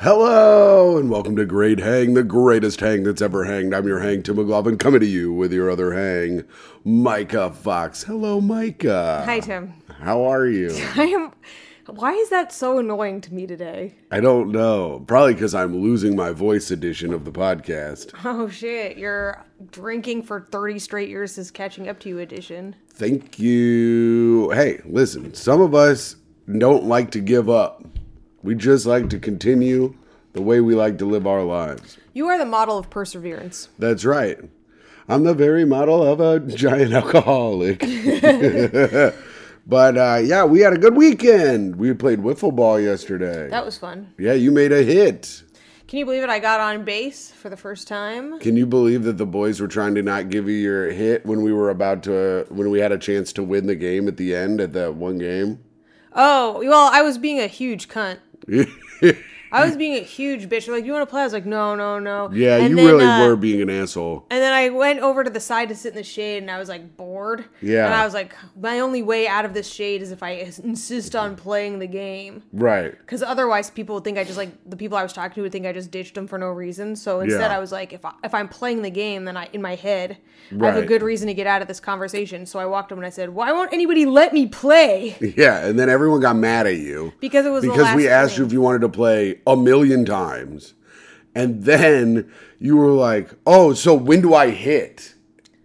Hello and welcome to Great Hang, the greatest hang that's ever hanged. I'm your hang, Tim McLaughlin, coming to you with your other hang, Micah Fox. Hello, Micah. Hi, Tim. How are you? I am. Why is that so annoying to me today? I don't know. Probably because I'm losing my voice edition of the podcast. Oh shit! Your drinking for thirty straight years is catching up to you. Edition. Thank you. Hey, listen, some of us don't like to give up. We just like to continue the way we like to live our lives. You are the model of perseverance. That's right. I'm the very model of a giant alcoholic. but uh, yeah, we had a good weekend. We played wiffle ball yesterday. That was fun. yeah, you made a hit. Can you believe it? I got on base for the first time. Can you believe that the boys were trying to not give you your hit when we were about to, when we had a chance to win the game at the end at that one game? Oh well, I was being a huge cunt. I was being a huge bitch. They're like, you want to play? I was like, no, no, no. Yeah, And you then, really uh, were being an asshole. And then I went over to the side to sit in the shade, and I was like bored. Yeah. And I was like, my only way out of this shade is if I insist on playing the game. Right. because otherwise people would think I just like the people I was talking to would think I just ditched them for no reason. So instead, Yeah. I was like, if I, if I'm playing the game, then I in my head I have Right. a good reason to get out of this conversation. So I walked up and I said, why won't anybody let me play? Yeah, and then everyone got mad at you. Because it was the because last we asked you inning. if you wanted to play a million times, and then you were like, "Oh, so when do I hit?"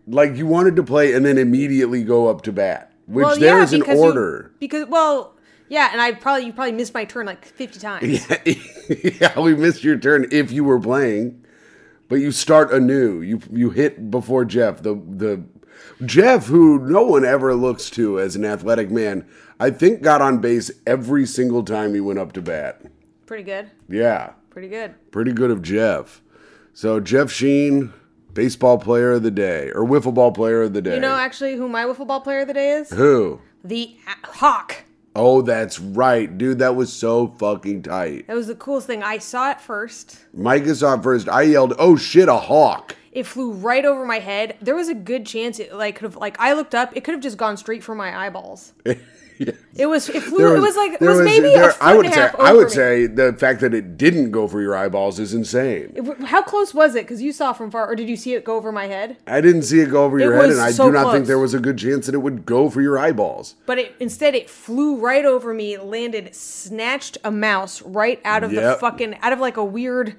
Like you wanted to play and then immediately go up to bat, which Well, there yeah, is an because you- order. because well, yeah, and I probably you probably missed my turn like 50 times. yeah, we missed your turn if you were playing, but you start anew. You you hit before Jeff. The the Jeff, who no one ever looks to as an athletic man, I think got on base every single time he went up to bat. Pretty good, Yeah, pretty good. pretty good of Jeff. So Jeff Sheen, baseball player of the day or wiffle ball player of the day. You know, actually, who my wiffle ball player of the day is? who? The A- Hawk. Oh, that's right, dude. That was so fucking tight. That was the coolest thing. I saw it first. Micah saw it first. I yelled, "Oh shit, a hawk!" it flew right over my head. There was a good chance it like could have like I looked up, it could have just gone straight for my eyeballs. It was it flew it was like it there was, maybe a there- foot I would and a say half I over would me. say the fact that it didn't go for your eyeballs is insane. It w- how close was it? Because you saw from far, or did you see it go over my head? I didn't see it go over your head, was and I so do not think close. there was a good chance that it would go for your eyeballs. But it, instead, it flew right over me, landed, snatched a mouse right out of Yep. the fucking out of like a weird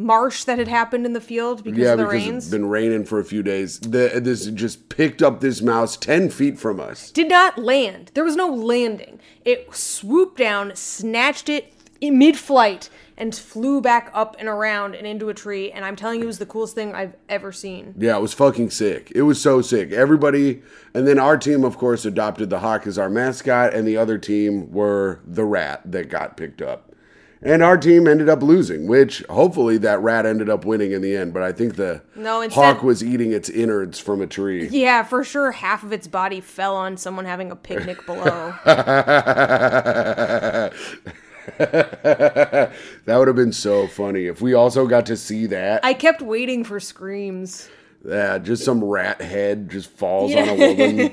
marsh that had happened in the field because Yeah, of the because rains. it's been raining for a few days. The, this just picked up this mouse ten feet from us. did not land. There was no landing. It swooped down, snatched it in mid-flight, and flew back up and around and into a tree. And I'm telling you, it was the coolest thing I've ever seen. Yeah, it was fucking sick. It was so sick. Everybody, and then our team, of course, adopted the hawk as our mascot, and the other team were the rat that got picked up. And our team ended up losing, which hopefully that rat ended up winning in the end. But I think the No, instead- hawk was eating its innards from a tree. Yeah, for sure, half of its body fell on someone having a picnic below. that would have been so funny if we also got to see that. I kept waiting for screams. Yeah, just some rat head just falls on a Yeah. woman.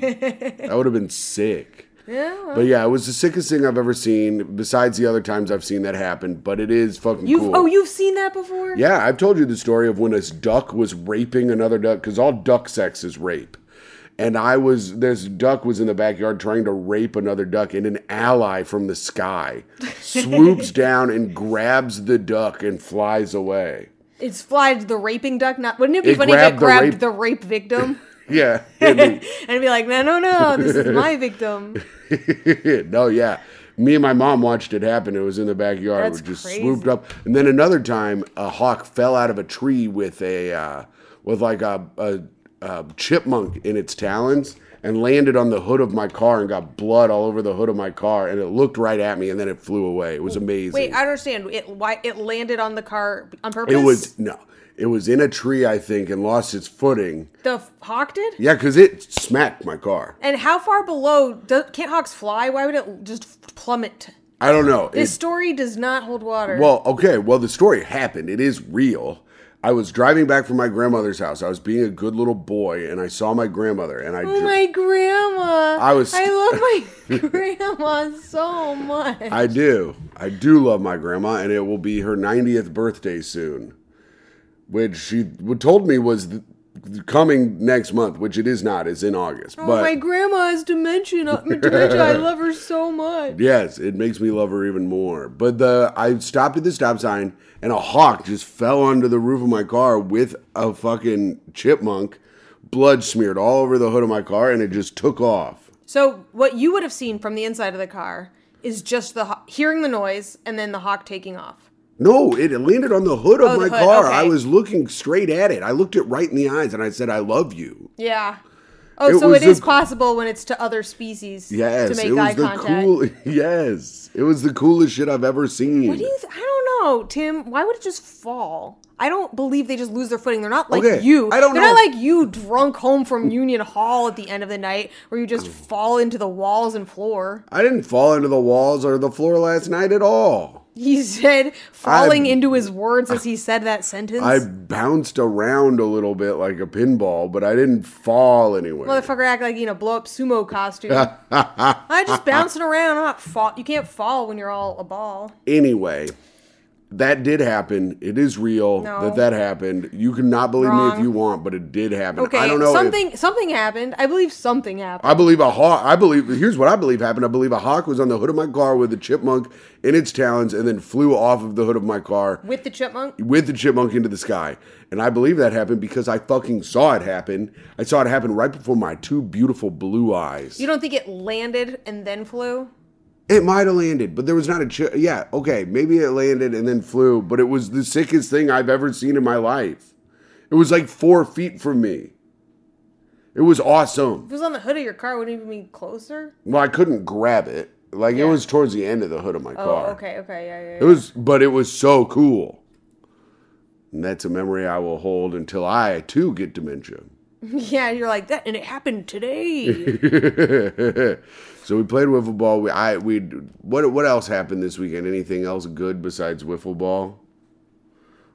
that would have been sick. Yeah. But yeah, it was the sickest thing I've ever seen. Besides the other times I've seen that happen, but it is fucking You've cool. oh, you've seen that before? yeah, I've told you the story of when a duck was raping another duck because all duck sex is rape. And I was this duck was in the backyard trying to rape another duck, and an ally from the sky swoops down and grabs the duck and flies away. It's flies the raping duck. Not wouldn't it be It funny grabbed if it the grabbed rape- the rape victim? Yeah, it'd be- and be like, no, no, no, this is my victim. no, yeah. Me and my mom watched it happen. It was in the backyard. That's it just crazy. swooped up. And then another time, a hawk fell out of a tree with a uh, with like a, a, a chipmunk in its talons and landed on the hood of my car and got blood all over the hood of my car. And it looked right at me and then it flew away. It was amazing. Wait, I don't understand. It why it landed on the car on purpose? it was no, it was in a tree, I think, and lost its footing. the f- hawk did. Yeah, because it smacked my car. And how far below do, can't hawks fly? Why would it just plummet? I don't know. It- This story does not hold water. Well, okay. Well, the story happened. It is real. I was driving back from my grandmother's house. I was being a good little boy, and I saw my grandmother, and I Oh my grandma. I was- I love my grandma so much. I do. I do love my grandma, and it will be her 90th birthday soon, which she w- told me was th- coming next month, which it is not. It's in August. Oh, but my grandma has dementia. dementia. I love her so much. yes, it makes me love her even more. But the I stopped at the stop sign, and a hawk just fell under the roof of my car with a fucking chipmunk, blood smeared all over the hood of my car, and it just took off. So what you would have seen from the inside of the car is just the ho- hearing the noise and then the hawk taking off. No, it landed on the hood of Oh, my the hood, car. okay. I was looking straight at it. I looked it right in the eyes, and I said, "I love you." Yeah. Oh, It so was it is a- possible when it's to other species Yes, to make it was eye the contact. cool. Yes, it was the coolest shit I've ever seen. What do you? Th- I don't know, Tim. Why would it just fall? I don't believe they just lose their footing. They're not like Okay, you. I don't They're know. not like you, drunk home from Union Hall at the end of the night, where you just fall into the walls and floor. I didn't fall into the walls or the floor last night at all. He said, falling I'm- into his words as he said that sentence. I bounced around a little bit like a pinball, but I didn't fall anywhere. Motherfucker act like you know blow up sumo costume. I just bouncing around. I'm not fall. You can't fall when you're all a ball. anyway, that did happen. It is real No. that that happened. You cannot believe me Wrong. if you want, but it did happen. Okay, I don't know. if- something something happened. I believe something happened. I believe a hawk. I believe here's what I believe happened. I believe a hawk was on the hood of my car with a chipmunk in its talons, and then flew off of the hood of my car With the chipmunk. with the chipmunk into the sky. And I believe that happened because I fucking saw it happen. I saw it happen right before my two beautiful blue eyes. You don't think it landed and then flew? it might have landed, but there was not a chip. Yeah, okay, maybe it landed and then flew, but it was the sickest thing I've ever seen in my life. It was like four feet from me. It was awesome. If it was on the hood of your car, wouldn't it even be closer? Well, I couldn't grab it. Like it Yeah. was towards the end of the hood of my Oh, car. okay, okay, yeah, yeah, It was, but it was so cool. And that's a memory I will hold until I too get dementia. yeah. Yeah, you're like that, and it happened today. so we played wiffle ball. We I we what what else happened this weekend? Anything else good besides wiffle ball?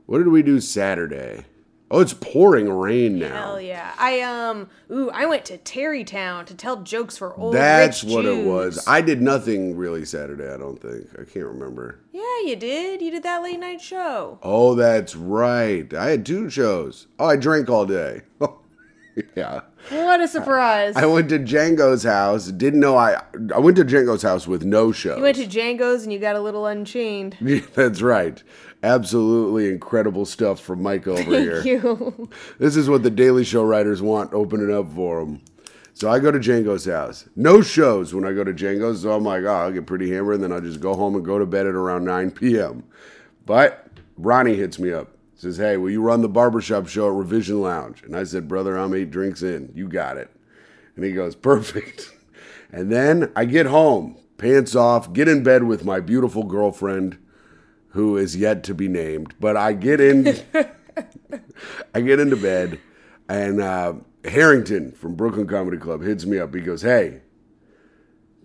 What did we do Saturday? Oh, it's pouring rain now. Hell yeah! I um, ooh, I went to Terrytown to tell jokes for old. That's rich what it Jews. was. I did nothing really Saturday. I don't think. I can't remember. yeah, you did. You did that late night show. Oh, that's right. I had two shows. Oh, I drank all day. Oh, yeah. What a surprise! I went to Django's house. Didn't know I. I went to Django's house with no show. you went to Django's and you got a little unchained. Yeah, That's right. Absolutely incredible stuff from Mike over here. Thank you. This is what the Daily Show writers want opening up for them. So I go to Django's house. No shows when I go to Django's. So I'm like, oh, I'll get pretty hammered and then I'll just go home and go to bed at around 9 p.m. But Ronnie hits me up. Says, hey, will you run the barbershop show at Revision Lounge? And I said, brother, I'm eight drinks in. You got it. And he goes, perfect. And then I get home, pants off, get in bed with my beautiful girlfriend who is yet to be named. But I get in, I get into bed, and uh, Harrington from Brooklyn Comedy Club hits me up. He goes, "Hey,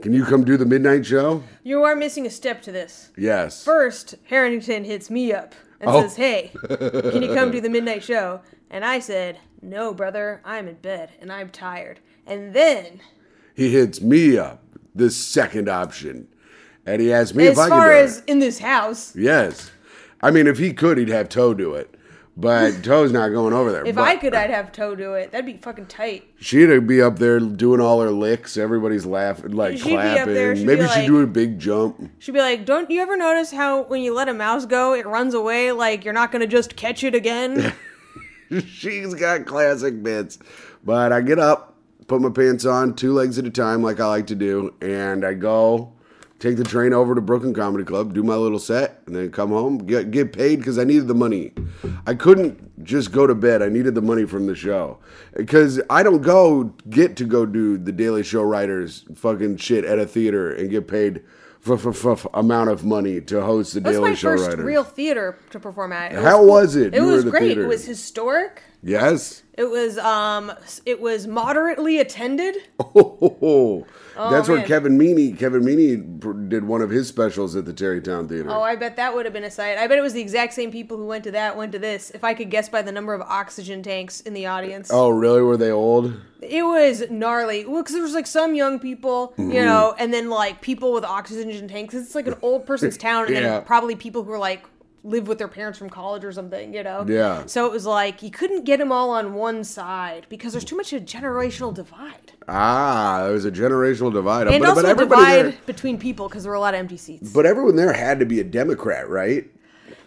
can you come do the midnight show?" you are missing a step to this. Yes. First, Harrington hits me up and Oh. says, Hey, can you come do the midnight show? And I said, No, brother, I'm in bed and I'm tired. And then, he hits me up. The second option, and he asked me as if I far could uh, do as it. in this house, Yes, I mean if he could, he'd have Toe do it. But Toe's not going over there. if But- I could, I'd have Toe do it. That'd be fucking tight. She'd be up there doing all her licks. Everybody's laughing, like She'd be up clapping. there, she'd be Maybe she'd like- do a big jump. She'd be like, Don't you ever notice how when you let a mouse go, it runs away like you're not gonna just catch it again? She's got classic bits. But I get up, put my pants on, two legs at a time, like I like to do, and I go take the train over to Brooklyn Comedy Club, do my little set, and then come home, get, get paid because I needed the money. I couldn't just go to bed. I needed the money from the show because I don't go get to go do the Daily Show writers fucking shit at a theater and get paid. f- f- f- amount of money to host the That's Daily my Show first writers. real theater to perform at. It How was it? It You were was the great. theater. It was historic. yes. It was um it was moderately attended. Oh, That's where man. Kevin Meaney, Kevin Meaney pr- did one of his specials at the Terrytown Theater. Oh, I bet that would have been a sight. I bet it was the exact same people who went to that went to this. If I could guess by the number of oxygen tanks in the audience, oh, really? Were they old? it was gnarly. Well, because there was like some young people, Mm-hmm. you know, and then like people with oxygen tanks. It's like an old person's town, and Yeah. then probably people who are like live with their parents from college or something, you know. Yeah. So it was like you couldn't get them all on one side because there's too much of a generational divide, Ah, there was a generational divide. and but, also but a everybody divide there, between people because there were a lot of empty seats. but everyone there had to be a Democrat, right?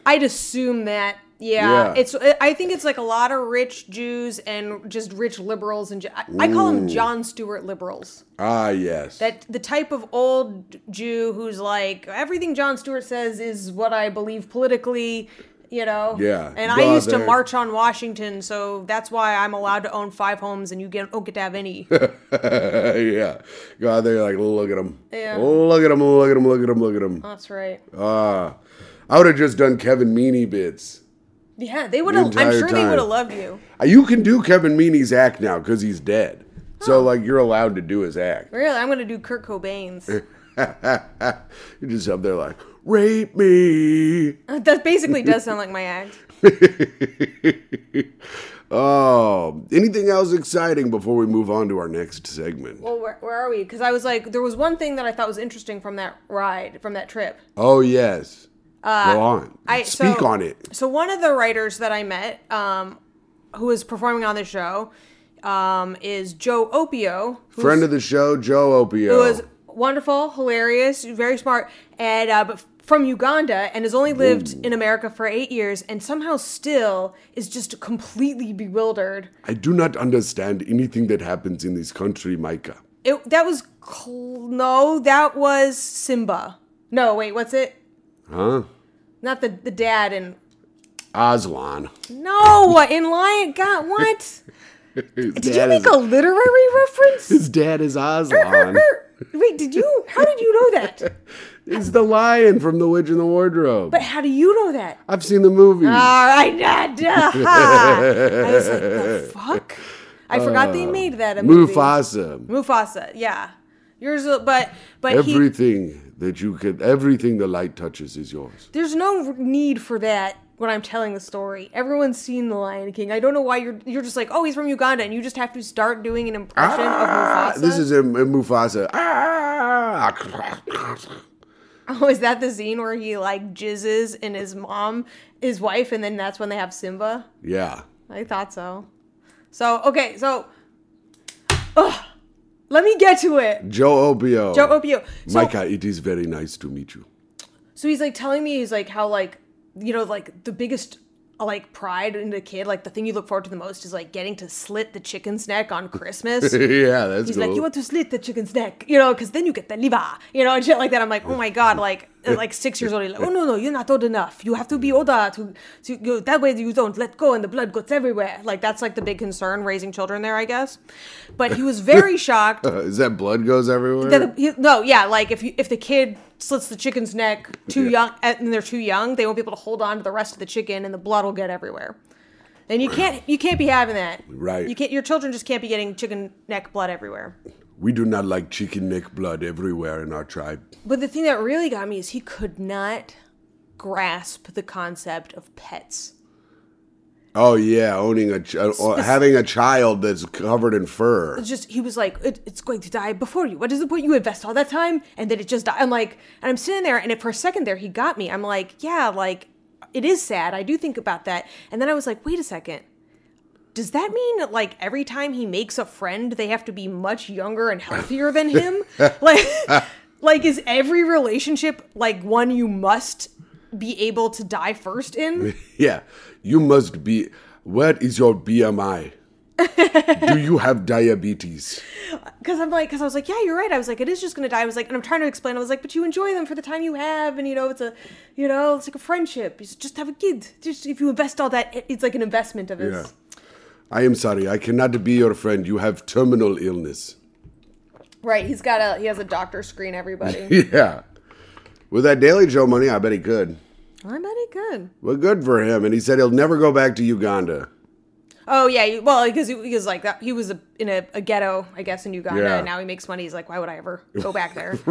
I'd assume that. Yeah. Yeah, it's. I think it's like a lot of rich Jews and just rich liberals, and ju- I, I call them John Stewart liberals. Ah, yes. That the type of old Jew who's like everything John Stewart says is what I believe politically. You know. Yeah. And Well, I used to they're- march on Washington, so that's why I'm allowed to own five homes, and you get, don't get to have any. yeah. Go out there, like, look at them. Yeah. Uh-huh. Look at them, look at them, look at them, look at them. that's right. Ah. I would have just done Kevin Meaney bits. Yeah, they would have. I'm entire sure they time. would have loved you. Uh, You can do Kevin Meaney's act now because he's dead. Oh. So, like, you're allowed to do his act. Really, I'm gonna do Kurt Cobain's. You're just up there, like, rape me. that basically does sound like my act. oh, anything else exciting before we move on to our next segment? Well, where, where are we? Because I was like, there was one thing that I thought was interesting from that ride, from that trip. Oh, yes. Go on. Uh, I- Speak so- on it. So one of the writers that I met, um, who is performing on the show, um, is Joe Opio, who's- Friend of the show, Joe Opio. who was wonderful, hilarious, very smart, and uh, but from Uganda, and has only lived in America for eight years, and somehow still is just completely bewildered. I do not understand anything that happens in this country, Micah. It that was cl- no, that was Simba. No, wait, what's it? Huh? Not the the dad and Aslan. No, in Lion God, what? His Did you dad make is- a literary reference? His dad is Aslan. Wait, did you? How did you know that? He's the lion from The Witch in the Wardrobe. But Ah, how do you know that? I've seen the movie. All right, nah, duh. I was like, the fuck? I forgot they made that a movie. Uh, Mufasa. Mufasa, yeah. Yours, uh, but but he, Everything that you can, everything the light touches is yours. there's no need for that when I'm telling the story. Everyone's seen The Lion King. I don't know why you're you're just like, oh, he's from Uganda, and you just have to start doing an impression Ah, of Mufasa. this is a, a Mufasa. Ah. Oh, is that the scene where he like jizzes in his mom, his wife, and then that's when they have Simba? Yeah. I thought so. So okay, so Ugh. let me get to it. Joe Opio. Joe Opio. So, Micah, it is very nice to meet you. so he's like telling me he's like how like you know like the biggest uh, like pride in a kid like the thing you look forward to the most is like getting to slit the chicken's neck on Christmas. yeah, that's He's cool. like, you want to slit the chicken's neck, you know, because then you get the liver, you know, and shit like that. I'm like, oh my god, like, at, like six years old. He's like, oh no, no, you're not old enough. You have to be older to, to go. that way you don't let go and the blood goes everywhere. Like that's like the big concern raising children there, I guess. But he was very shocked. Uh, is that blood goes everywhere? that the- he- no, yeah, like if you, if the kid slits the chicken's neck too young uh, and they're too young, they won't be able to hold on to the rest of the chicken, and the blood will get everywhere. And you can't you can't be having that. Right. You can't. Your children just can't be getting chicken neck blood everywhere. we do not like chicken neck blood everywhere in our tribe. But the thing that really got me is he could not grasp the concept of pets. Oh yeah, owning a ch- uh, or having a child that's covered in fur. It's just he was like, it, "It's going to die before you. What is the point? You invest all that time, and then it just die." I'm like, and I'm sitting there, and for a second there, he got me. I'm like, "Yeah, like it is sad. I do think about that." And then I was like, "Wait a second. Does that mean that like every time he makes a friend, they have to be much younger and healthier than him? like, like is every relationship like one you must?" be able to die first in Yeah, you must be. What is your BMI? do you have diabetes? because I'm like, because I was like, yeah, you're right. I was like, it is just gonna die. I was like, and I'm trying to explain. I was like, but you enjoy them for the time you have, and you know, it's a, you know, it's like a friendship. You should just have a kid. Just if you invest all that, it- it's like an investment of his. Yeah. I am sorry, I cannot be your friend. You have terminal illness. Right. He's got a. He has a doctor screen everybody. Yeah. With that Daily Joe money, I bet he could. I bet he could. Well, good for him. And he said he'll never go back to Uganda. Oh yeah, you- well because he because like that, he was a, in a, a ghetto, I guess, in Uganda. Yeah. And now he makes money. He's like, why would I ever go back there?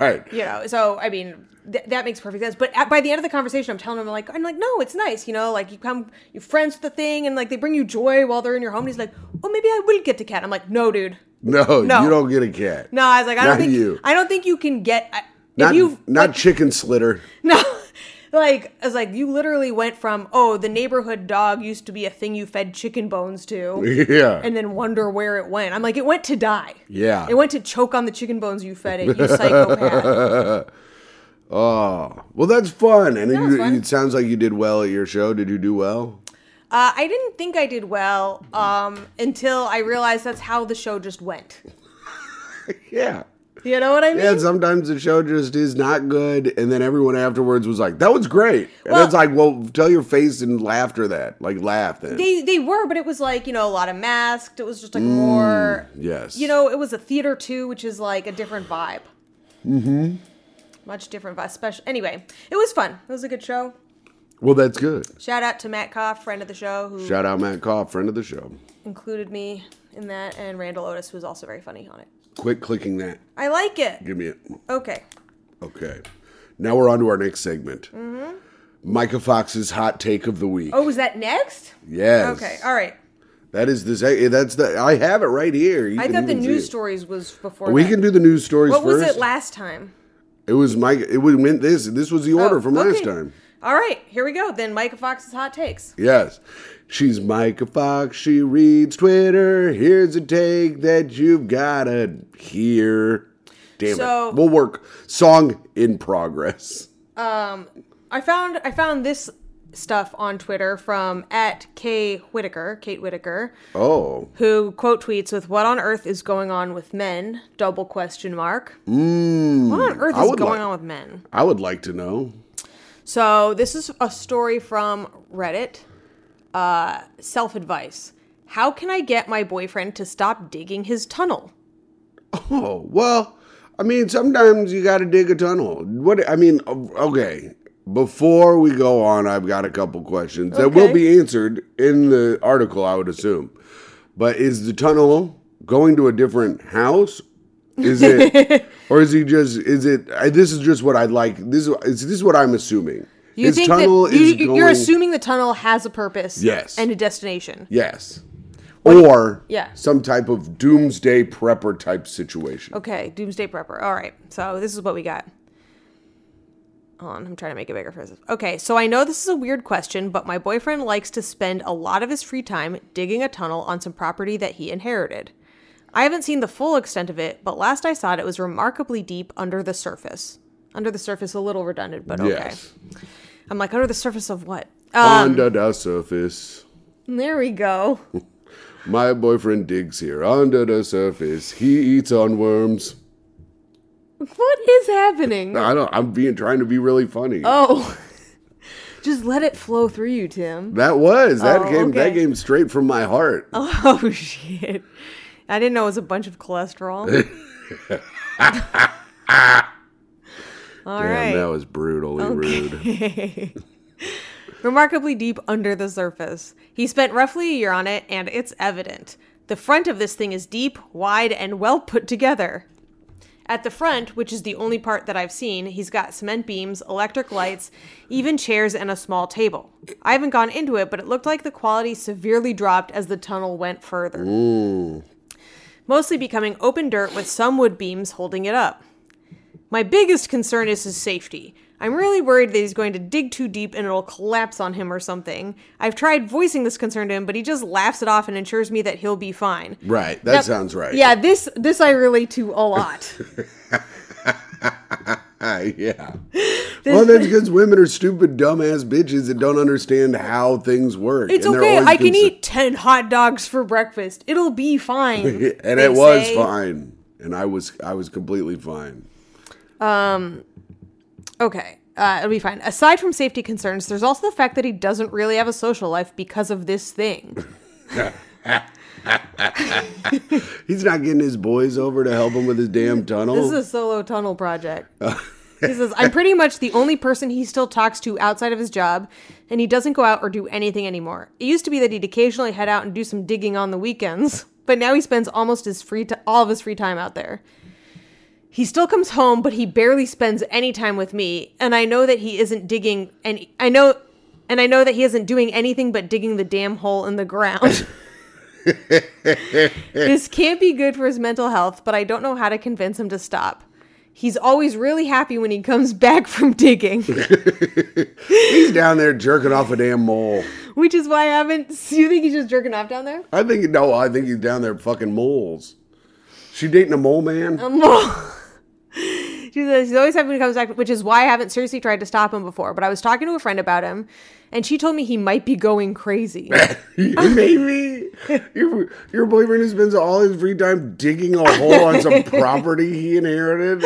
right. you know so i mean th- that makes perfect sense but at, by the end of the conversation i'm telling him like i'm like no it's nice you know like you come you're friends with the thing and like they bring you joy while they're in your home and he's like oh maybe i will get the cat i'm like no dude No, No. you don't get a cat. no i was like i Not don't think you. i don't think you can get I, Not if you not like, chicken slitter. no like i was like you literally went from oh the neighborhood dog used to be a thing you fed chicken bones to yeah. and then wonder where it went i'm like it went to die Yeah. it went to choke on the chicken bones you fed it you psychopath oh, well, that's fun. And was you, fun. it sounds like you did well at your show. Did you do well? Uh, I didn't think I did well um, until I realized that's how the show just went. Yeah. You know what I mean? Yeah, sometimes the show just is not good, and then everyone afterwards was like, "That was great," and Well- it's like, "Well, tell your face and laughter that, like, laugh then." They they were, but it was like you know a lot of masked. It was just like more. yes, You know, it was a theater too, which is like a different vibe. Mm-hmm. Much different vibe. Special. Anyway, it was fun. It was a good show. Well, that's good. Shout out to Matt Koff, friend of the show, who Shout out Matt Koff, friend of the show. included me in that, and Randall Otis, who was also very funny on it. Quit clicking that. I like it. Give me it. Okay. Okay. Now we're on to our next segment. Micah Fox's hot take of the week. Mm-hmm. Oh, was that next? yes. Okay. All right. That is the seg- that's the I have it right here. You I can thought the even see news it. stories was before. We that. can do the news stories What first. was it last time? It was Mike. It was- went this. This was the order Oh, from okay. last time. All right, here we go. Then Micah Fox's hot takes. Yes. She's Micah Fox. She reads Twitter. Here's a take that you've got to hear. Damn So- it. We'll work. Song in progress. I found I found this stuff on Twitter from at K Whitaker, Kate Whitaker, Oh. who quote tweets with "What on earth is going on with men?" Double question mark. what on earth Mm, I is would going like- on with men? I would like to know. So this is a story from Reddit. Uh, Self advice: How can I get my boyfriend to stop digging his tunnel? Oh, well, I mean, sometimes you got to dig a tunnel. What I mean, okay. Before we go on, I've got a couple questions that will Okay. be answered in the article, I would assume. But is the tunnel going to a different house? Is it, or is he just? Is it? I, this is just what I'd like. This is this is what I'm assuming. You His think tunnel that you, is you- going. you're assuming the tunnel has a purpose, Yes. and a destination. yes, or Yeah. some type of doomsday prepper type situation. Okay, Doomsday Prepper. All right, so this is what we got. Hold on, I'm trying to make it bigger for this. Okay, so I know this is a weird question, but my boyfriend likes to spend a lot of his free time digging a tunnel on some property that he inherited. I haven't seen the full extent of it, but last I saw it, it was remarkably deep under the surface. Under the surface, a little redundant, but okay. Yes, I'm like, under the surface of what? Uh, Um, under the surface. There we go. My boyfriend digs here under the surface. He eats on worms. what is happening? I don't. I'm being trying to be really funny. Oh. Just let it flow through you, Tim. that was that Oh, came that okay. came straight from my heart. Oh shit. I didn't know it was a bunch of cholesterol. All Damn, right. that was brutally rude. Remarkably deep under the surface. He spent roughly a year on it, and it's evident. The front of this thing is deep, wide, and well put together. At the front, which is the only part that I've seen, he's got cement beams, electric lights, even chairs, and a small table. I haven't gone into it, but it looked like the quality severely dropped as the tunnel went further. Hmm. Mostly becoming open dirt with some wood beams holding it up. My biggest concern is his safety. I'm really worried that he's going to dig too deep and it'll collapse on him or something. I've tried voicing this concern to him, but he just laughs it off and ensures me that he'll be fine. Right. That Now- sounds right. Yeah, this this I relate to a lot. Ah, yeah. well, that's because women are stupid, dumbass bitches that don't understand how things work. It's and they're okay. always I can concerned- eat 10 hot dogs for breakfast. It'll be fine. and they it was say. fine. And I was I was completely fine. Okay. Uh, it'll be fine. Aside from safety concerns, there's also the fact that he doesn't really have a social life because of this thing. He's not getting his boys over to help him with his damn tunnel. Oh. This is a solo tunnel project. He says, I'm pretty much the only person he still talks to outside of his job, and he doesn't go out or do anything anymore. It used to be that he'd occasionally head out and do some digging on the weekends, but now he spends almost his free t- all of his free time out there. He still comes home, but he barely spends any time with me, and I know that he isn't digging and I know and I know that he isn't doing anything but digging the damn hole in the ground. this can't be good for his mental health, but I don't know how to convince him to stop. He's always really happy when he comes back from digging, He's down there jerking off a damn mole. which is why I haven't. So you think he's just jerking off down there? I think no, I think he's down there fucking moles. She dating a mole man? Oh. She says he's always happy when he comes back, which is why I haven't seriously tried to stop him before. But I was talking to a friend about him, and she told me he might be going crazy. Maybe your your boyfriend who spends all his free time digging a hole on some property he inherited.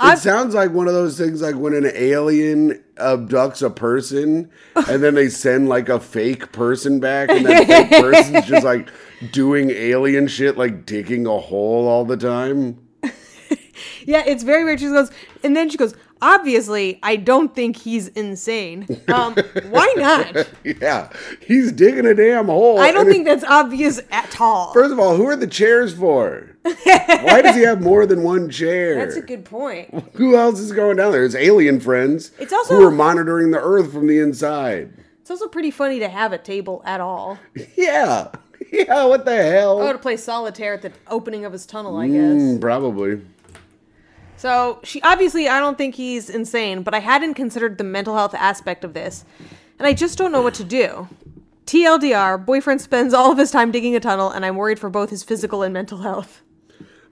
It sounds like one of those things like when an alien abducts a person and then they send like a fake person back, and that fake person's just like doing alien shit, like digging a hole all the time. yeah, it's very weird. She goes, and then she goes, obviously, I don't think he's insane. Um, why not? Yeah, he's digging a damn hole. I don't and think that's obvious at all. First of all, who are the chairs for? Why does he have more than one chair? That's a good point. Who else is going down there? It's alien friends. It's also- who are monitoring the Earth from the inside. It's also pretty funny to have a table at all. Yeah, yeah. What the I would hell? to play solitaire at the opening of his tunnel, I guess. Mm, probably. So she obviously, I don't think he's insane, but I hadn't considered the mental health aspect of this, and I just don't know what to do. TLDR, boyfriend spends all of his time digging a tunnel, and I'm worried for both his physical and mental health.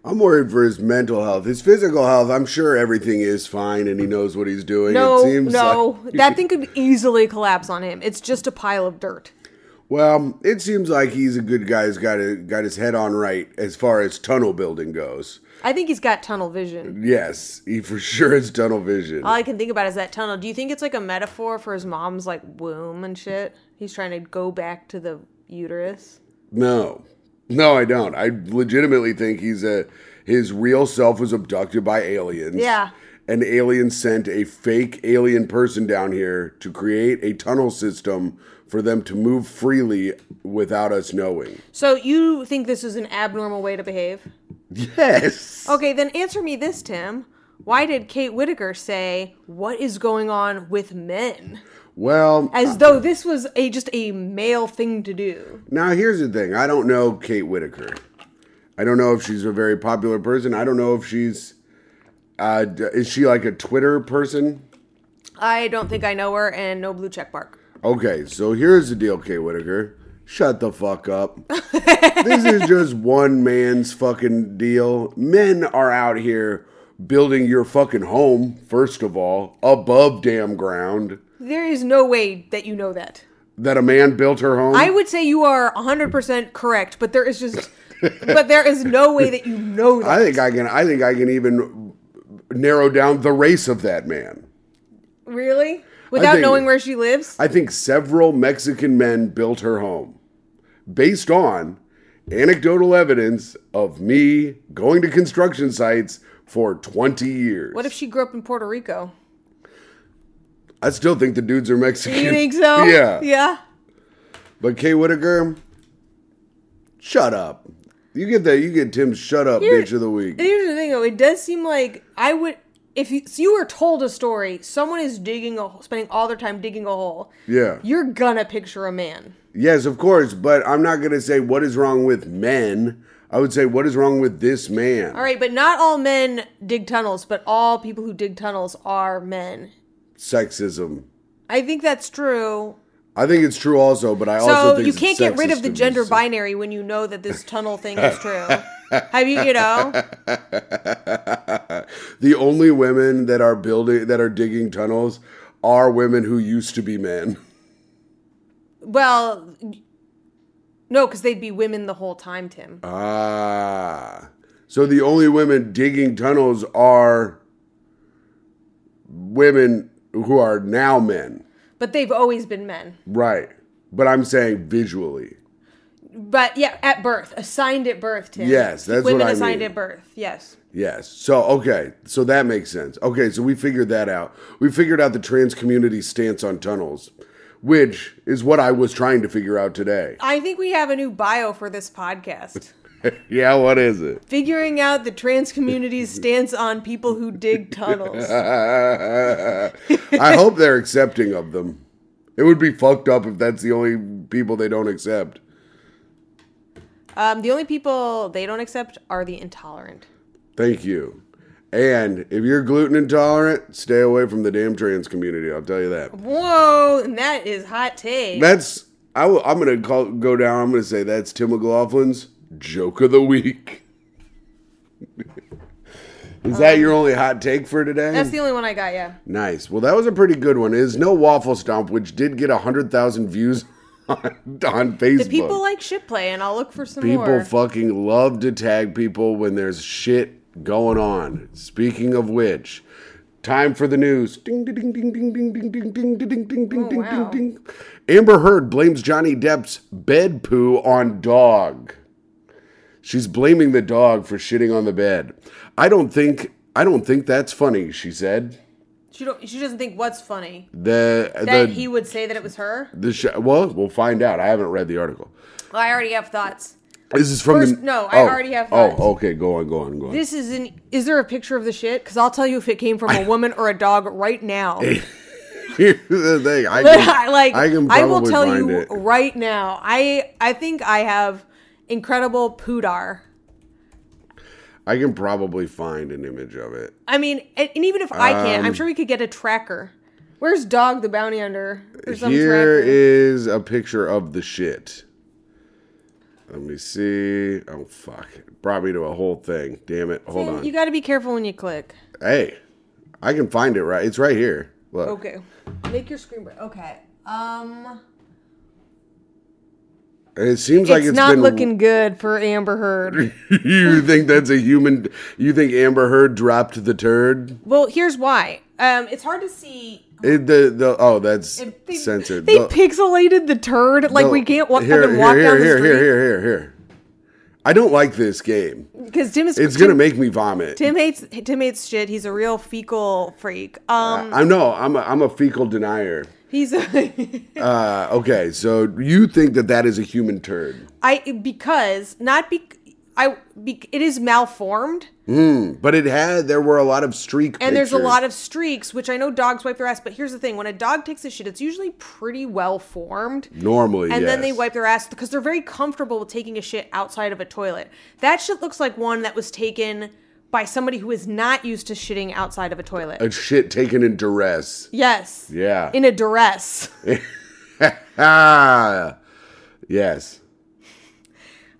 I'm worried for his mental health. His physical health, I'm sure everything is fine and he knows what he's doing. No, it seems no, like- that thing could easily collapse on him. It's just a pile of dirt. Well, it seems like he's a good guy who's got, a, got his head on right as far as tunnel building goes. I think he's got tunnel vision. Yes, he for sure has tunnel vision. All I can think about is that tunnel. Do you think it's like a metaphor for his mom's like womb and shit? He's trying to go back to the uterus. No, no, I don't. I legitimately think he's a his real self was abducted by aliens. Yeah. and aliens sent a fake alien person down here to create a tunnel system for them to move freely without us knowing. So you think this is an abnormal way to behave? Yes. Okay, then answer me this, Tim. Why did Kate Whittaker say, What is going on with men? Well, As though this was a just a male thing to do. now here's the thing. I don't know Kate Whittaker. I don't know if she's a very popular person. I don't know if she's uh, d- is she like a Twitter person? I don't think I know her and no blue check mark. Okay, so here's the deal, Kay Whitaker. Shut the fuck up. this is just one man's fucking deal. Men are out here building your fucking home, first of all, above damn ground. There is no way that you know that. That a man built her home? I would say you are 100% correct, but there is just but there is no way that you know that. I think I can I think I can even narrow down the race of that man. really? Without think- knowing where she lives? I think several Mexican men built her home based on anecdotal evidence of me going to construction sites for 20 years. what if she grew up in Puerto Rico? I still think the dudes are Mexican. You think so? Yeah. Yeah. But Kay Whitaker, shut up. You get that. You get Tim's shut up Here- bitch of the week. And here's the thing, though. It does seem like I would, if you, so you were told a story, someone is digging a hole, spending all their time digging a hole. Yeah. You're gonna picture a man. Yes, of course. But I'm not gonna say what is wrong with men. I would say what is wrong with this man. All right, but not all men dig tunnels, but all people who dig tunnels are men. Sexism. I think that's true. I think it's true also, but I also So think you it's can't get rid sexist of the to be gender se- binary when you know that this tunnel thing is true. Have you, you know? The only women that are building that are digging tunnels are women who used to be men. Well, no, because they'd be women the whole time, Tim. Ah. So the only women digging tunnels are women who are now men. But they've always been men. Right. But I'm saying visually. But yeah, at birth, assigned at birth. Tim. Yes, that's Women what I assigned mean. at birth. Yes. Yes. So okay. So that makes sense. Okay. So we figured that out. We figured out the trans community stance on tunnels, which is what I was trying to figure out today. I think we have a new bio for this podcast. yeah. What is it? Figuring out the trans community's stance on people who dig tunnels. I hope they're accepting of them. It would be fucked up if that's the only people they don't accept. Um, the only people they don't accept are the intolerant. Thank you. And if you're gluten intolerant, stay away from the damn trans community. I'll tell you that. Whoa, and that is hot take. That's I will, I'm gonna call, go down. I'm gonna say that's Tim McLaughlin's joke of the week. Is that your only hot take for today? That's the only one I got, yeah. nice. Well, that was a pretty good one. It is no waffle stomp, which did get hundred thousand views on, on Facebook. The people like shit play, and I'll look for some People more. fucking love to tag people when there's shit going on. Speaking of which, time for the news. Ding ding ding ding ding ding ding ding ding ding ding ding ding ding Oh, wow. ding. Amber Heard blames Johnny Depp's bed poo on dog. She's blaming the dog for shitting on the bed. I don't think I don't think that's funny, she said. she don't. She doesn't think what's funny The that the, he would say that it was her. the sh- well, we'll find out. I haven't read the article. Well, I already have thoughts. This is from First- the no, I already have thoughts. Oh, okay, go on, go on, go on. This is an. Is there a picture of the shit? Because I'll tell you if it came from a woman or a dog right now. Here's the thing. I I can, like. I can I will probably tell find you it. right now. I I think I have incredible poodar. I can probably find an image of it. I mean, and, and even if I can't, Um, I'm sure we could get a tracker. Where's dog the bounty under? Or some Here tracker. is a picture of the shit. Let me see. Oh fuck! It brought me to a whole thing. Damn it! Hold on. You got to be careful when you click. hey, I can find it. Right, it's right here. Look. Okay. Make your screen bright. Okay. Um. It seems like it's, it's not been. looking good for Amber Heard. you think that's a human? You think Amber Heard dropped the turd? well, here's why. Um, it's hard to see. It, the the oh that's They, censored. They The- pixelated the turd. Like No, we can't walk here, up and walk here, down here, the Here, street here, here, here. I don't like this game. because Tim is. It's Tim, gonna make me vomit. Tim hates Tim hates shit. He's a real fecal freak. Um, I know. I'm a, I'm a fecal denier. he's a. Uh, okay, so you think that that is a human turd, I because not be I be, it is malformed but it had there were a lot of streak. and there's a lot of streaks which I know dogs wipe their ass but here's the thing when a dog takes a shit it's usually pretty well formed normally, and then they yes. wipe their ass because they're very comfortable with taking a shit outside of a toilet. That shit looks like one that was taken by somebody who is not used to shitting outside of a toilet. a shit taken in duress. yes. Yeah. In a duress. ah, yes.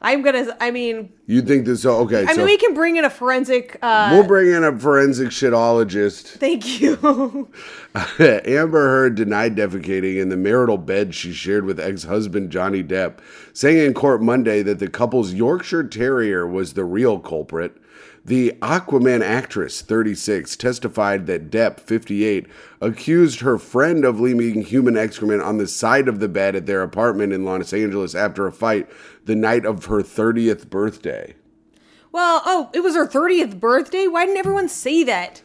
I'm gonna. I mean, You think this? So okay, I so mean, we can bring in a forensic. uh we'll bring in a forensic shitologist. Thank you. Amber Heard denied defecating in the marital bed she shared with ex husband Johnny Depp, saying in court Monday that the couple's Yorkshire Terrier was the real culprit. The Aquaman actress, 36, testified that Depp, 58, accused her friend of leaving human excrement on the side of the bed at their apartment in Los Angeles after a fight the night of her 30th birthday. well, oh, it was her 30th birthday. Why didn't everyone say that?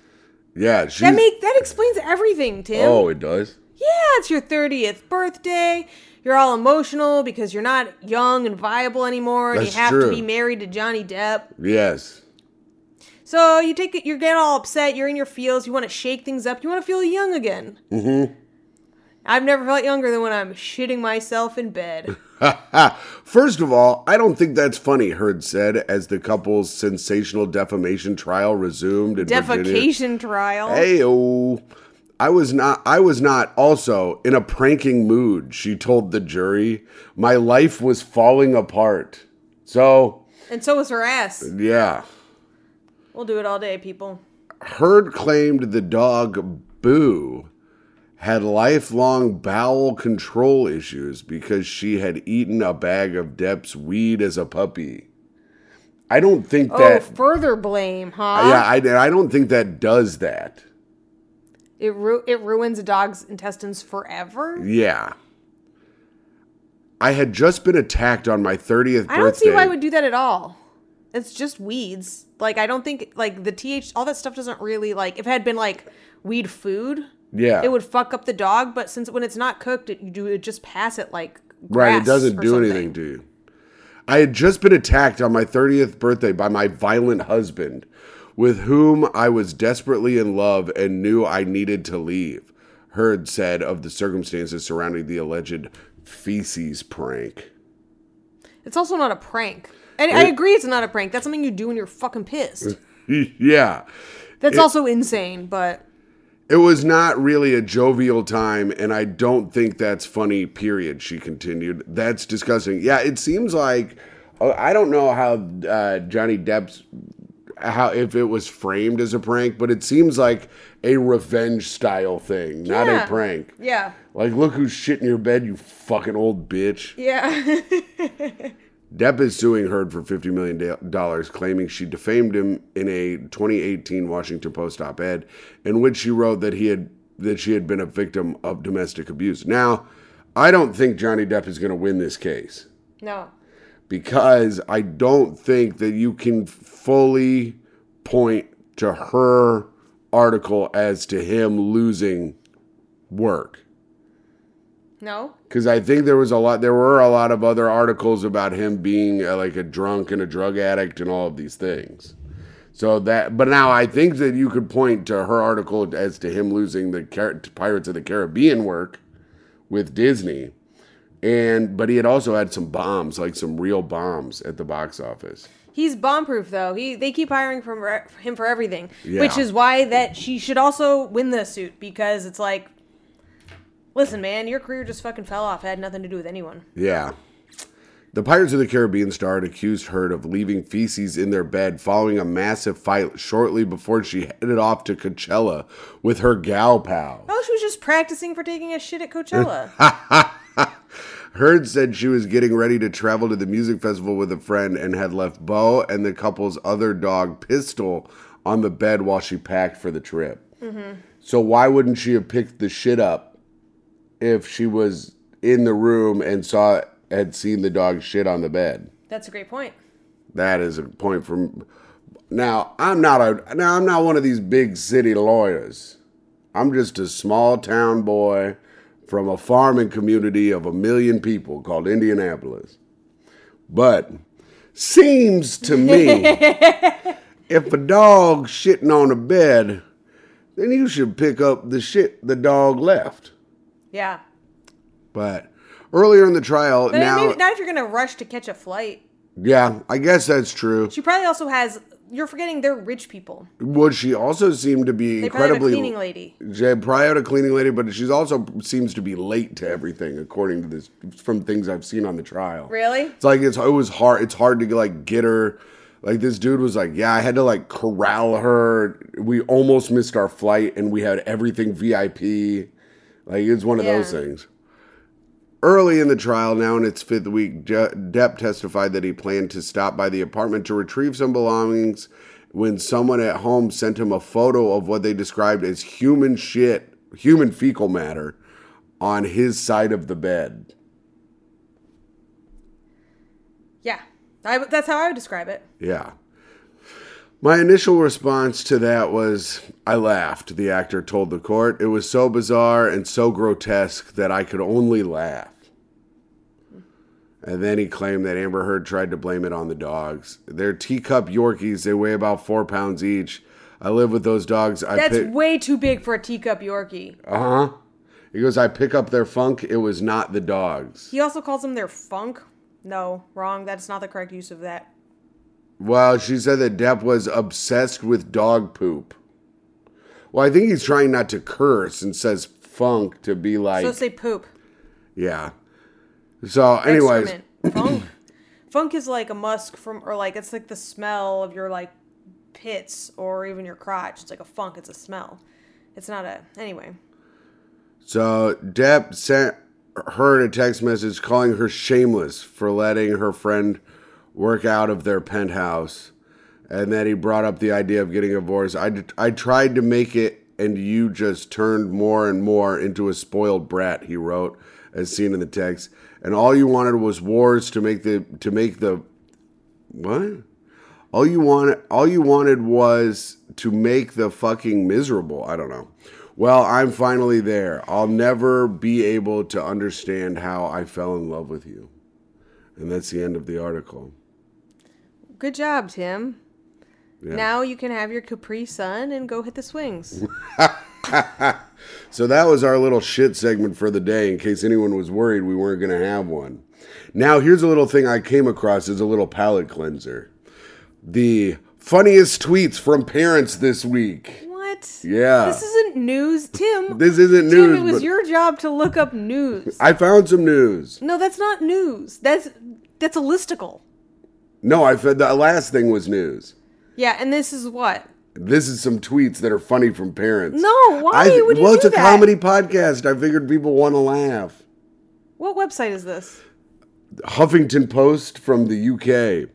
Yeah, she. That make that explains everything, Tim. oh, it does. Yeah, it's your 30th birthday. You're all emotional because you're not young and viable anymore, and That's you have true. to be married to Johnny Depp. Yes. So you take it, you get all upset. You're in your feels. You want to shake things up. You want to feel young again. Mm-hmm. I've never felt younger than when I'm shitting myself in bed. First of all, I don't think that's funny, Heard said as the couple's sensational defamation trial resumed in Virginia. Defecation trial. Ayo. I was not I was not also in a pranking mood, she told the jury. My life was falling apart. So, And so was her ass. yeah. We'll do it all day, people. Heard claimed the dog Boo had lifelong bowel control issues because she had eaten a bag of Depp's weed as a puppy. I don't think oh, that. Uh, further blame, huh? yeah, I, I don't think that does that. It ru- it ruins a dog's intestines forever. Yeah. I had just been attacked on my 30th birthday. I don't see why I would do that at all. It's just weeds. Like I don't think like the th all that stuff doesn't really like if it had been like weed food, yeah. it would fuck up the dog. But since when it's not cooked, it, you do it just pass it like Right, it grass doesn't or do something. anything to you. I had just been attacked on my 30th birthday by my violent husband, with whom I was desperately in love and knew I needed to leave. Heard said of the circumstances surrounding the alleged feces prank. It's also not a prank. And I agree, it's not a prank. That's something you do when you're fucking pissed. yeah. That's also insane, but It was not really a jovial time, and I don't think that's funny, period, she continued. That's disgusting. Yeah, it seems like uh, I don't know how uh, Johnny Depp's, how if it was framed as a prank, but it seems like a revenge style thing, not Yeah. a prank. yeah, Like, look who's shit in your bed, you fucking old bitch. yeah. Depp is suing Heard for $50 million, claiming she defamed him in a 2018 Washington Post op ed in which she wrote that he had that she had been a victim of domestic abuse. Now, I don't think Johnny Depp is going to win this case no, because I don't think that you can fully point to her article as to him losing work no. because I think there was a lot. There were a lot of other articles about him being uh, like a drunk and a drug addict and all of these things. So that, but now I think that you could point to her article as to him losing the Car- Pirates of the Caribbean work with Disney, and but he had also had some bombs, like some real bombs, at the box office. He's bombproof though. He they keep hiring from re- him for everything, Yeah. which is why that she should also win the suit because it's like, listen, man, your career just fucking fell off. It had nothing to do with anyone. Yeah. The Pirates of the Caribbean star had accused Heard of leaving feces in their bed following a massive fight shortly before she headed off to Coachella with her gal pal. Oh, she was just practicing for taking a shit at Coachella. Heard said she was getting ready to travel to the music festival with a friend and had left Bo and the couple's other dog, Pistol, on the bed while she packed for the trip. So why wouldn't she have picked the shit up if she was in the room and saw had seen the dog shit on the bed? That's a great point. That is a point from. Now I'm not a now I'm not one of these big city lawyers. I'm just a small town boy from a farming community of a million people called Indianapolis. But seems to me if a dog shitting on a bed, then you should pick up the shit the dog left. Yeah, But earlier in the trial, but now maybe not if you're gonna rush to catch a flight. yeah, I guess that's true. She probably also has. You're forgetting they're rich people. Well, she also seemed to be They probably have a incredibly cleaning lady. She prior to cleaning lady, but she's also seems to be late to everything, according to this from things I've seen on the trial. Really? It's like it's it was hard. It's hard to like get her. Like this dude was like, yeah, I had to like corral her. We almost missed our flight, and we had everything VIP. Like it's one of Yeah. those things. Early in the trial, now in its fifth week, Je- Depp testified that he planned to stop by the apartment to retrieve some belongings when someone at home sent him a photo of what they described as human shit, human fecal matter, on his side of the bed. Yeah, I, would- that's how I would describe it. Yeah. My initial response to that was I laughed, the actor told the court. It was so bizarre and so grotesque that I could only laugh. And then he claimed that Amber Heard tried to blame it on the dogs. They're teacup Yorkies, they weigh about four pounds each. I live with those dogs. I That's pick way too big for a teacup Yorkie. uh huh. He goes, I pick up their funk. It was not the dogs. He also calls them their funk. No, wrong. That's not the correct use of that. Well, she said that Depp was obsessed with dog poop. Well, I think he's trying not to curse and says funk to be like, So say poop. yeah. So, anyways, Excrement. funk. Funk is like a musk from, or like it's like the smell of your like pits or even your crotch. It's like a funk. It's a smell. It's not a anyway. so Depp sent her a text message calling her shameless for letting her friend work out of their penthouse. And then he brought up the idea of getting a divorce. I, I tried to make it, and you just turned more and more into a spoiled brat, he wrote, as seen in the text. and all you wanted was wars to make the to make the what? All you wanted all you wanted was to make the fucking miserable. I don't know. Well, I'm finally there. I'll never be able to understand how I fell in love with you. And that's the end of the article. Good job, Tim. Yeah. Now you can have your Capri Sun and go hit the swings. So that was our little shit segment for the day in case anyone was worried we weren't going to have one. Now, here's a little thing I came across as a little palate cleanser. The funniest tweets from parents this week. what? Yeah. This isn't news, Tim. This isn't Tim, news, it was but- your job to look up news. I found some news. no, that's not news. That's that's a listicle. No, I found the last thing was news. Yeah, and this is what? This is some tweets that are funny from parents. No, why I, would you well, do it's a that? comedy podcast. I figured people want to laugh. What website is this? Huffington Post from the UK.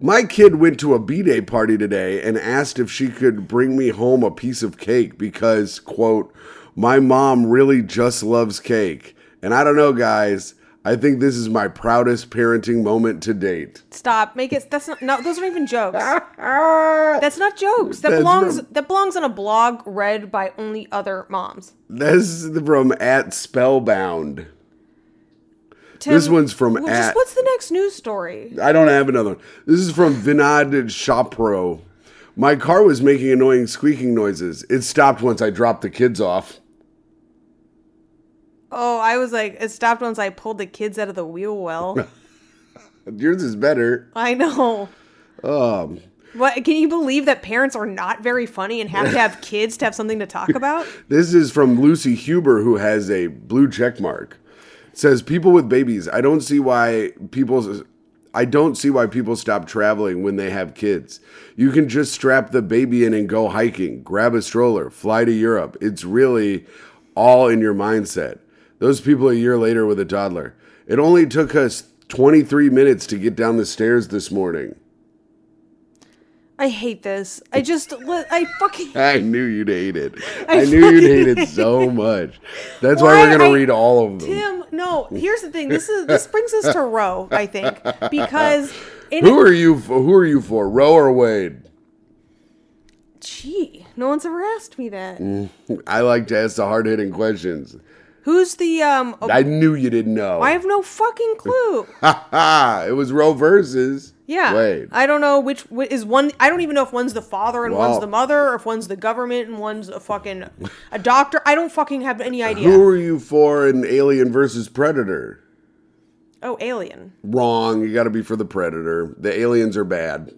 My kid went to a B-Day party today and asked if she could bring me home a piece of cake because, quote, my mom really just loves cake. And I don't know, guys, I think this is my proudest parenting moment to date. Stop. Make it that's not no, those aren't even jokes. That's not jokes. That That's belongs not- that belongs on a blog read by only other moms. This is from at Spellbound. Tim, This one's from well, just at- what's the next news story? I don't have another one. This is from Vinod Chopro. My car was making annoying squeaking noises. It stopped once I dropped the kids off. Oh, I was like, it stopped once I pulled the kids out of the wheel well. Yours is better. I know. Um, What can you believe that parents are not very funny and have to have kids to have something to talk about? this is from Lucy Huber, who has a blue check mark. It says people with babies. I don't see why people. I don't see why people stop traveling when they have kids. You can just strap the baby in and go hiking, grab a stroller, fly to Europe. It's really all in your mindset. Those people a year later with a toddler. It only took us 23 minutes to get down the stairs this morning. I hate this. I just li- I fucking I knew you'd hate it. I, knew you'd hate it so much. That's why, Why we're gonna I- read all of them. Tim, no. Here's the thing. This is this brings us to Roe, I think, because in Who are you? f- Who are you for? Roe or Wade? gee, no one's ever asked me that. Mm. I like to ask the hard hitting questions. Who's the um? Ob- I knew you didn't know. I have no fucking clue. Ha ha! It was Roe versus Yeah, Uh, Wade. I don't know which wh- is one. I don't even know if one's the father and Wow. one's the mother, or if one's the government and one's a fucking a doctor. I don't fucking have any idea. Who are you for in Alien versus Predator? Oh, alien. Wrong. You got to be for the Predator. The aliens are bad.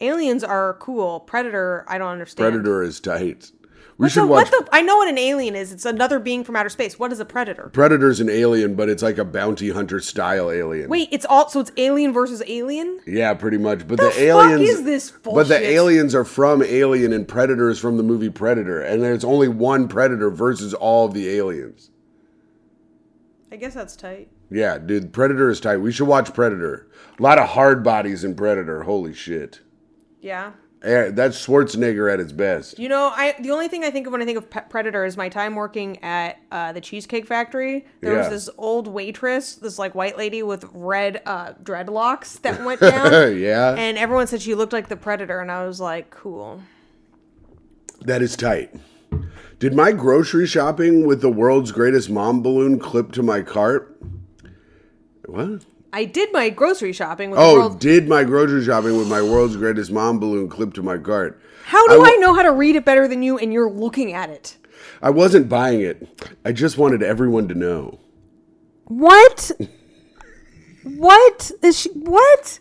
Aliens are cool. Predator, I don't understand. Predator is tight. We What should the, watch. what the? I know what an alien is. It's another being from outer space. What is a predator? Predator's an alien, but it's like a bounty hunter style alien. Wait, it's all so it's alien versus alien. Yeah, pretty much. But the, fuck aliens is this But the bullshit? aliens are from Alien and Predator is from the movie Predator, and there's only one Predator versus all of the aliens. I guess that's tight. Yeah, dude, Predator is tight. We should watch Predator. A lot of hard bodies in Predator. Holy shit. Yeah. Eh, That's Schwarzenegger at its best. You know, I the only thing I think of when I think of Pe- Predator is my time working at uh, the Cheesecake Factory. There Yeah. was this old waitress, this like white lady with red uh, dreadlocks that went down, yeah, and everyone said she looked like the Predator, and I was like, cool. that is tight. Did my grocery shopping with the world's greatest mom balloon clip to my cart? What? I did my grocery shopping with Oh, the world. did my grocery shopping with my world's greatest mom balloon clip to my cart? How do I I wa- know how to read it better than you? And you're looking at it. I wasn't buying it. I just wanted everyone to know. What? what is she? What?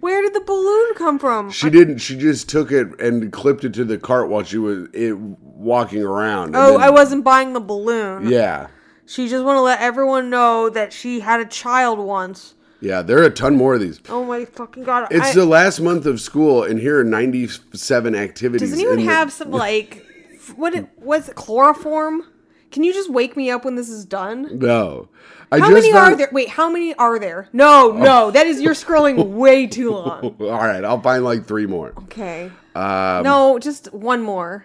Where did the balloon come from? She didn't. She just took it and clipped it to the cart while she was it, walking around. and Oh, then- I wasn't buying the balloon. Yeah, She just want to let everyone know that she had a child once. yeah. There are a ton more of these. Oh my fucking god! It's I, the last month of school, and here are ninety-seven activities. does anyone in the- have some like f- what? It, what's it, chloroform? Can you just wake me up when this is done? no? I How just Oh. many are found- there? Wait, how many are there? No, no, that is you're scrolling way too long. All right, I'll find like three more. Okay. no, just one more.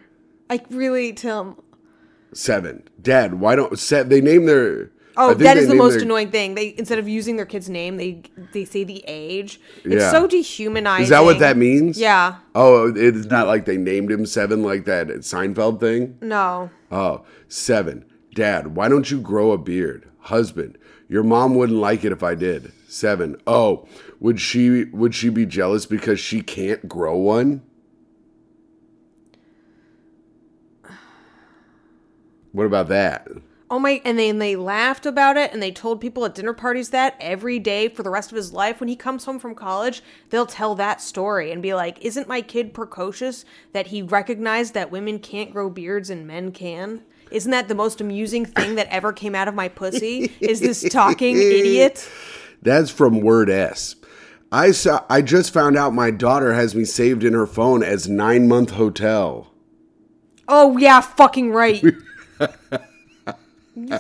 I really, Tim. Seven. Dad, why don't set? They name their I Oh, think that they is the name most their- annoying thing. They instead of using their kid's name, they they say the age. It's Yeah. so dehumanizing. Is that what that means? Yeah. Oh, it's not like they named him Seven like that Seinfeld thing. No. Oh, Seven. Dad, why don't you grow a beard? Husband, your mom wouldn't like it if I did. Seven. Oh, would she would she be jealous because she can't grow one? What about that? Oh my! And then they laughed about it, and they told people at dinner parties that every day for the rest of his life, when he comes home from college, they'll tell that story and be like, "Isn't my kid precocious that he recognized that women can't grow beards and men can? Isn't that the most amusing thing that ever came out of my pussy? Is this talking idiot?" That's from Word S. I saw I just found out my daughter has me saved in her phone as 9 month hotel. Oh yeah, fucking right. you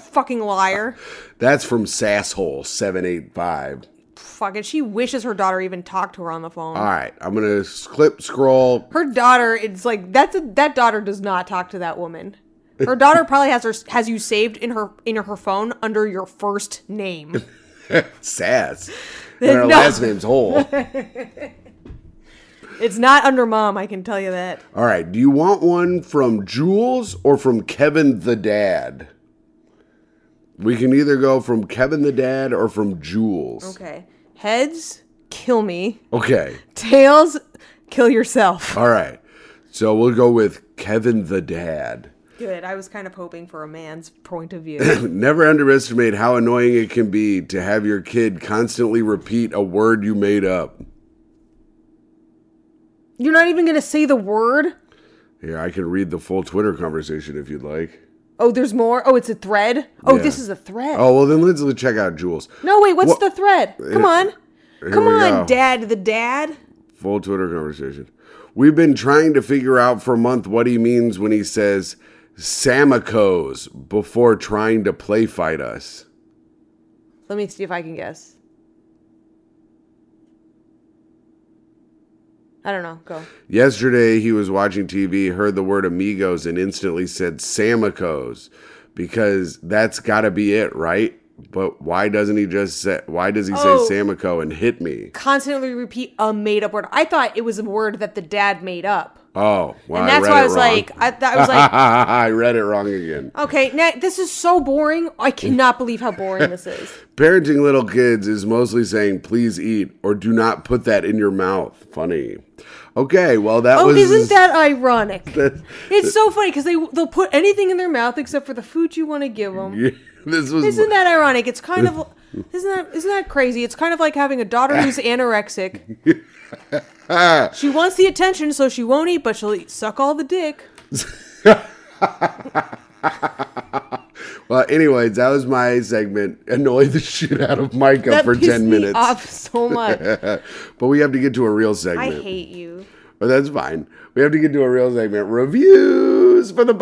fucking liar. That's from Sasshole785. Fucking. She wishes her daughter even talked to her on the phone. All right, I'm going to clip scroll. her daughter it's like that's a, that daughter does not talk to that woman her daughter probably has her has you saved in her in her phone under your first name Sass. And her No. last name's Hole. it's not under mom i can tell you that All right, do you want one from Jules or from Kevin the Dad? We can either go from Kevin the Dad or from Jules. okay heads kill me Okay. tails kill yourself All right. So we'll go with Kevin the Dad. good i was kind of hoping for a man's point of view Never underestimate how annoying it can be to have your kid constantly repeat a word you made up. you're not even gonna say the word Here, I can read the full Twitter conversation if you'd like. oh there's more oh it's a thread oh Yeah. this is a thread Oh, well, then let's let's check out Jules. no wait what's What- the thread come on come we on go. dad the dad Full Twitter conversation. We've been trying to figure out for a month what he means when he says Samacos before trying to play fight us. let me see if i can guess I don't know. Go. Yesterday, he was watching TV, heard the word amigos, and instantly said Samacos because that's got to be it, right? But why doesn't he just say, why does he Oh. say Samico and hit me? Constantly repeat a made up word. I thought it was a word that the dad made up. Oh, well, And that's I read why I it was wrong. like, I, th- I was like, I read it wrong again. okay, now, this is so boring. I cannot believe how boring this is. Parenting little kids is mostly saying, please eat or do not put that in your mouth. Funny. Okay, well, that Oh, was. isn't that ironic? it's so funny because they, they'll put anything in their mouth except for the food you want to give them. this was. Isn't that ironic? It's kind of isn't that isn't that crazy? It's kind of like having a daughter who's anorexic. she wants the attention, so she won't eat, but she'll eat, suck all the dick. well, anyways, that was my segment. Annoy the shit out of Micah That for pissed 10 me minutes. off so much. but we have to get to a real I segment. hate you. But that's fine. We have to get to a real segment. Reviews for the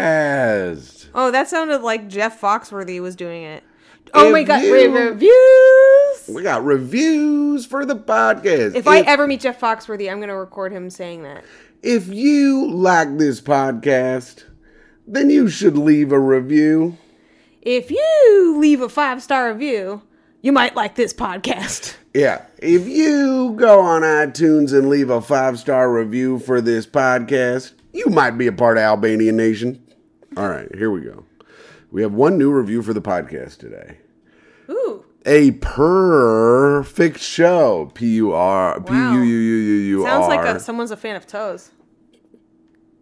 podcast. Oh, that sounded like Jeff Foxworthy was doing it. Oh my god, Review. reviews. We got reviews for the podcast. If I ever meet Jeff Foxworthy, I'm gonna record him saying that. If you like this podcast, then you should leave a review. If you leave a five star review, you might like this podcast. Yeah. If you go on iTunes and leave a five star review for this podcast, you might be a part of Albanian Nation. All right, here we go. We have one new review for the podcast today. Ooh, A perfect show. P U R P Wow. U U U U U R. sounds like a, someone's a fan of toes.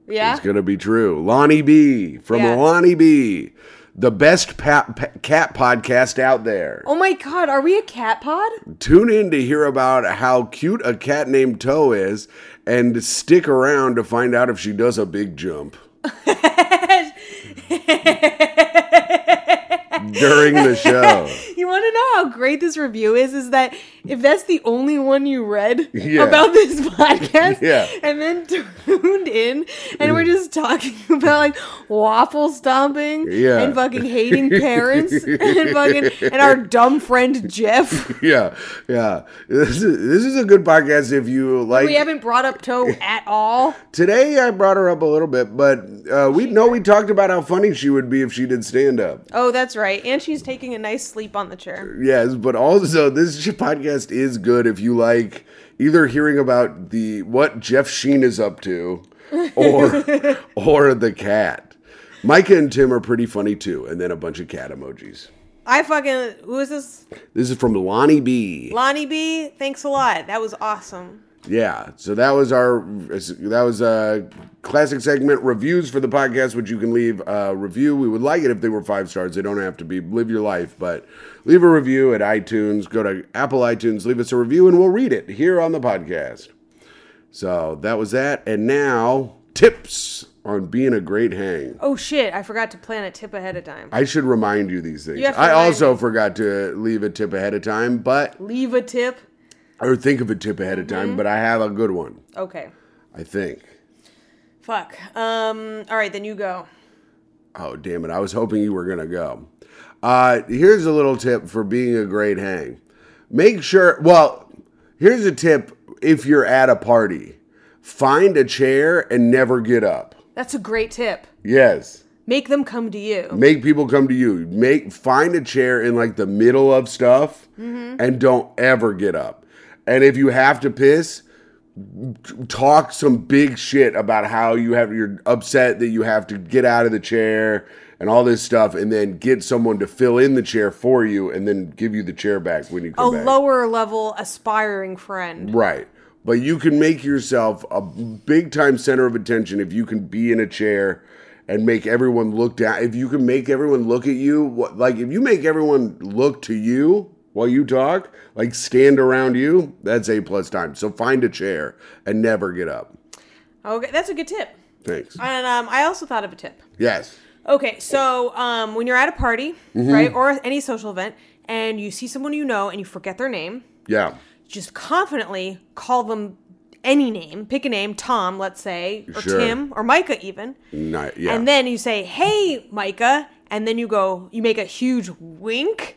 Yeah. It's gonna be true. Lonnie B from Yeah. Lonnie B, the best pa- pa- cat podcast out there. Oh my god, are we a cat pod? Tune in to hear about how cute a cat named Toe is, and stick around to find out if she does a big jump during the show. you want to know how great this review is is that if that's the only one you read Yeah. about this podcast Yeah. and then tuned in and we're just talking about like waffle stomping Yeah. and fucking hating parents and fucking and our dumb friend Jeff yeah, yeah. This is, this is a good podcast if you like. we haven't brought up toe at all. Today I brought her up a little bit, but uh, we know we talked about how funny she would be if she did stand up. Oh, that's right. And she's taking a nice sleep on the chair. Yes, but also this sh- podcast is good if you like either hearing about the what Jeff Sheen is up to, or or the cat. Micah and Tim are pretty funny too, and then a bunch of cat emojis. I fucking who is this? This is from Lonnie B. Lonnie B. Thanks a lot. That was awesome. Yeah, so that was our that was a classic segment reviews for the podcast, which you can leave a review. We would like it if they were five stars. They don't have to be. Live your life, but leave a review at iTunes. Go to Apple iTunes, leave us a review, and we'll read it here on the podcast. So that was that, and now tips on being a great hang. Oh shit! I forgot to plan a tip ahead of time. I should remind you these things. You have to I remind also forgot to leave a tip ahead of time, but Leave a tip. or think of a tip ahead of Mm-hmm. time. But I have a good one, Okay. I think. Fuck. Um. All right, then you go. Oh, damn it. I was hoping you were going to go. Uh, here's a little tip for being a great hang. Make sure, well, here's a tip if you're at a party find a chair and never get up. That's a great tip. Yes. Make them come to you. Make people come to you. Make find a chair in like the middle of stuff and don't ever get up. And if you have to piss, talk some big shit about how you have you're upset that you have to get out of the chair and all this stuff, and then get someone to fill in the chair for you, and then give you the chair back when you A come back. lower level aspiring friend. right. But you can make yourself a big time center of attention if you can be in a chair and make everyone look down. If you can make everyone look at you, what, like if you make everyone look to you while you talk, like stand around you, that's a plus time. So find a chair and never get up. Okay, that's a good tip. Thanks. And um, I also thought of a tip. Yes. Okay, so um, when you're at a party, right, or any social event, and you see someone you know and you forget their name, Yeah. just confidently call them any name, pick a name, Tom, let's say, or Sure. Tim, or Micah, even. Ni- yeah. And then you say, hey, Micah. And then you go, you make a huge wink.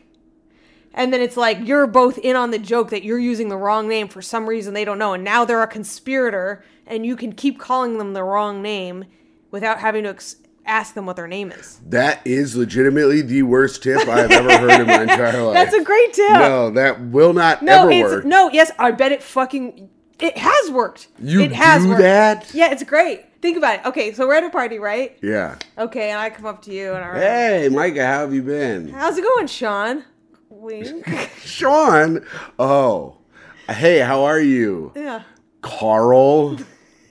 And then it's like, you're both in on the joke that you're using the wrong name for some reason they don't know. And now they're a conspirator, and you can keep calling them the wrong name without having to ex- ask them what their name is. that is legitimately the worst tip I have ever heard in my entire life. That's a great tip. No, that will not No, ever it's work. no. Yes, I bet it fucking it has worked. You it has do worked. that? Yeah, it's great. Think about it. Okay, so we're at a party, right? Yeah. Okay, and I come up to you and I'm like, Hey, Micah, how have you been? "How's it going, Sean?" Wink. Sean. Oh. Hey, how are you? yeah. Carl.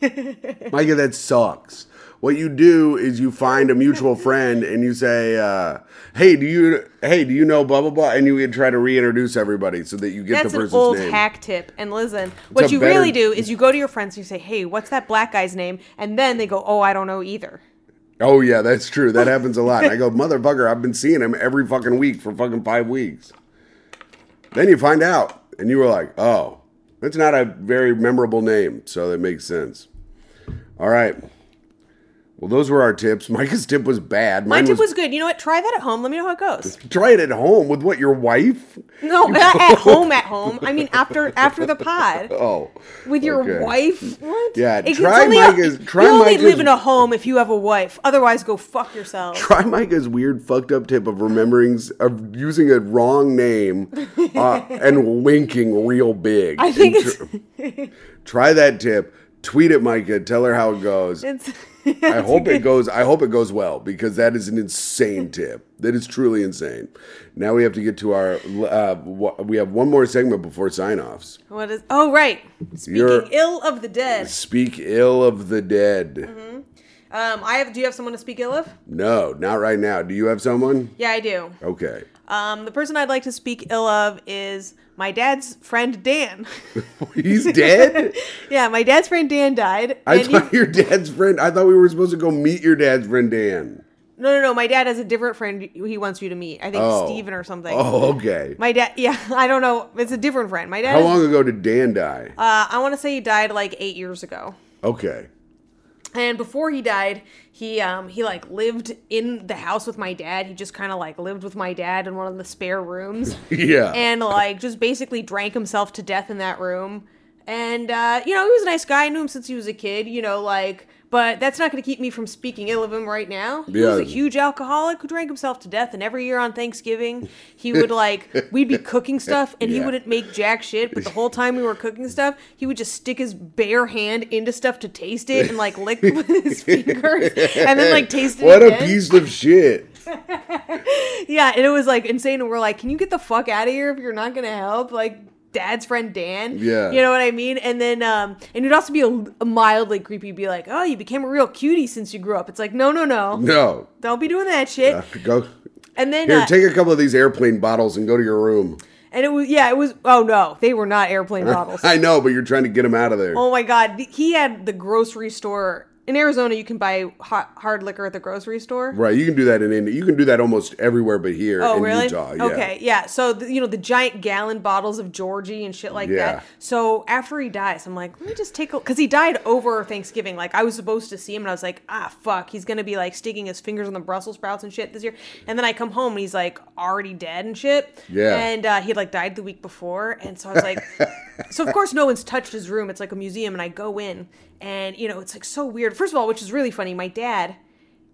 Micah, that sucks. What you do is you find a mutual friend and you say, uh, "Hey, do you hey do you know blah blah blah?" And you try to reintroduce everybody so that you get That's the an person's old name. hack tip. And listen, what a you better- really do is you go to your friends and you say, "Hey, what's that black guy's name?" And then they go, "Oh, I don't know either." Oh yeah, that's true. That happens a lot. I go, motherfucker, I've been seeing him every fucking week for fucking five weeks. Then you find out, and you were like, oh, that's not a very memorable name, so that makes sense. All right. Well, those were our tips. Micah's tip was bad. My Mine, tip was, was good. You know what? Try that at home. Let me know how it goes. try it at home with what your wife. No, not at home. At home. I mean, after after the pod. Oh, with your Okay. wife? What? Yeah, It's try only Micah's- try you only Micah's- live in a home if you have a wife. Otherwise, go fuck yourself. try Micah's weird fucked up tip of remembering of using a wrong name uh, and winking real big. I think And it's tr- try that tip. Tweet it, Micah. Tell her how it goes. it's. I hope it goes. I hope it goes well because that is an insane tip. That is truly insane. Now we have to get to our. Uh, wha- we have one more segment before sign-offs. what is? Oh right. Speaking You're- ill of the dead. Speak ill of the dead. Um, I have. Do you have someone to speak ill of? No, not right now. Do you have someone? Yeah, I do. Okay. Um, the person I'd like to speak ill of is my dad's friend Dan. He's dead. yeah, my dad's friend Dan died. I and he- thought your dad's friend. I thought we were supposed to go meet your dad's friend Dan. No, no, no. My dad has a different friend he wants you to meet. I think Oh. Steven or something. Oh, okay. My dad, yeah, I don't know. It's a different friend. My dad, How is, long ago did Dan die? uh, I want to say he died like eight years ago. Okay. And before he died, he um he like lived in the house with my dad. He just kind of like lived with my dad in one of the spare rooms. Yeah. and like just basically drank himself to death in that room. And uh, you know, he was a nice guy. I knew him since he was a kid. You know, like, but that's not going to keep me from speaking ill of him right now. He was a Yeah. huge alcoholic who drank himself to death, and every year on Thanksgiving, he would like we'd be cooking stuff, and he Yeah. wouldn't make jack shit. But the whole time we were cooking stuff, he would just stick his bare hand into stuff to taste it and like lick with his fingers, and then like taste it. what a again. piece of shit. Yeah, and it was like insane. And we're like, can you get the fuck out of here if you're not gonna help? Like dad's friend Dan. Yeah. You know what I mean? And then um and it'd also be a, a mildly creepy be like, Oh, you became a real cutie since you grew up. It's like, no, no, no. No. Uh, Don't be doing that shit. Go. And then Here, uh, take a couple of these airplane bottles and go to your room. and it was yeah, it was oh no, they were not airplane bottles. I know, but you're trying to get them out of there. Oh my god, th- he had the grocery store in Arizona you can buy hot, hard liquor at the grocery store. Right, you can do that in India. You can do that almost everywhere but here Oh, in really? Utah. Yeah. Okay, yeah. So the, you know the giant gallon bottles of Georgie and shit like Yeah. that. So after he dies, I'm like, let me just take a because he died over Thanksgiving. Like I was supposed to see him, and I was like, ah, fuck, he's gonna be like sticking his fingers on the Brussels sprouts and shit this year. And then I come home and he's like already dead and shit. Yeah. And uh, he had like died the week before, and so I was like, so of course no one's touched his room. It's like a museum, and I go in, and you know it's like so weird. First of all, which is really funny, my dad